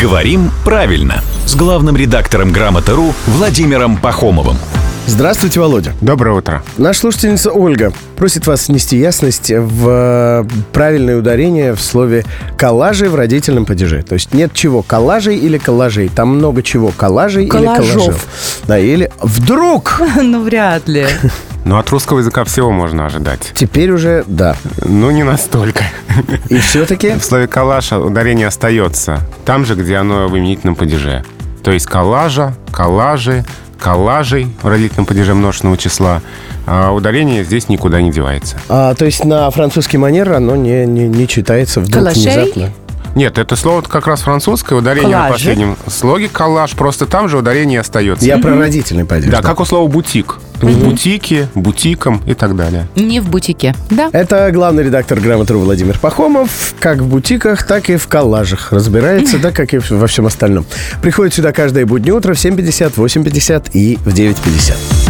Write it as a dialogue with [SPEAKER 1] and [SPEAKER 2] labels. [SPEAKER 1] «Говорим правильно» с главным редактором «Грамоты.ру» Владимиром Пахомовым.
[SPEAKER 2] Здравствуйте, Володя.
[SPEAKER 3] Доброе утро.
[SPEAKER 2] Наша слушательница Ольга просит вас внести ясность в э, правильное ударение в слове «коллажи» в родительном падеже. То есть нет чего «коллажей» или «коллажей». Там много чего «коллажей»
[SPEAKER 4] Коллажов.
[SPEAKER 2] или «коллажев». Да, или «вдруг».
[SPEAKER 4] Ну, вряд ли.
[SPEAKER 3] Но Ну, от русского языка всего можно ожидать.
[SPEAKER 2] Теперь уже да.
[SPEAKER 3] Ну, не настолько.
[SPEAKER 2] И все-таки
[SPEAKER 3] В слове «калаш» ударение остается там же, где оно в именительном падеже. То есть «калажа», «калажи», «калажей» в родительном падеже множественного числа. А ударение здесь никуда не девается.
[SPEAKER 2] А, то есть на французский манер оно не, не, не читается вдруг
[SPEAKER 4] Калашей?
[SPEAKER 2] внезапно.
[SPEAKER 3] Нет, это слово как раз французское, ударение на
[SPEAKER 4] «Коллажи».
[SPEAKER 3] последнем слоге «калаш», просто там же ударение остается.
[SPEAKER 2] Я про родительный падеж.
[SPEAKER 3] Да, как у слова «бутик». В бутике, бутиком и так далее.
[SPEAKER 4] Не в бутике. Да.
[SPEAKER 2] Это главный редактор «Грамотру» Владимир Пахомов. Как в бутиках, так и в коллажах. Разбирается, да, как и во всем остальном. Приходит сюда каждое буднее утро в 7.50, 8.50 и в 9.50.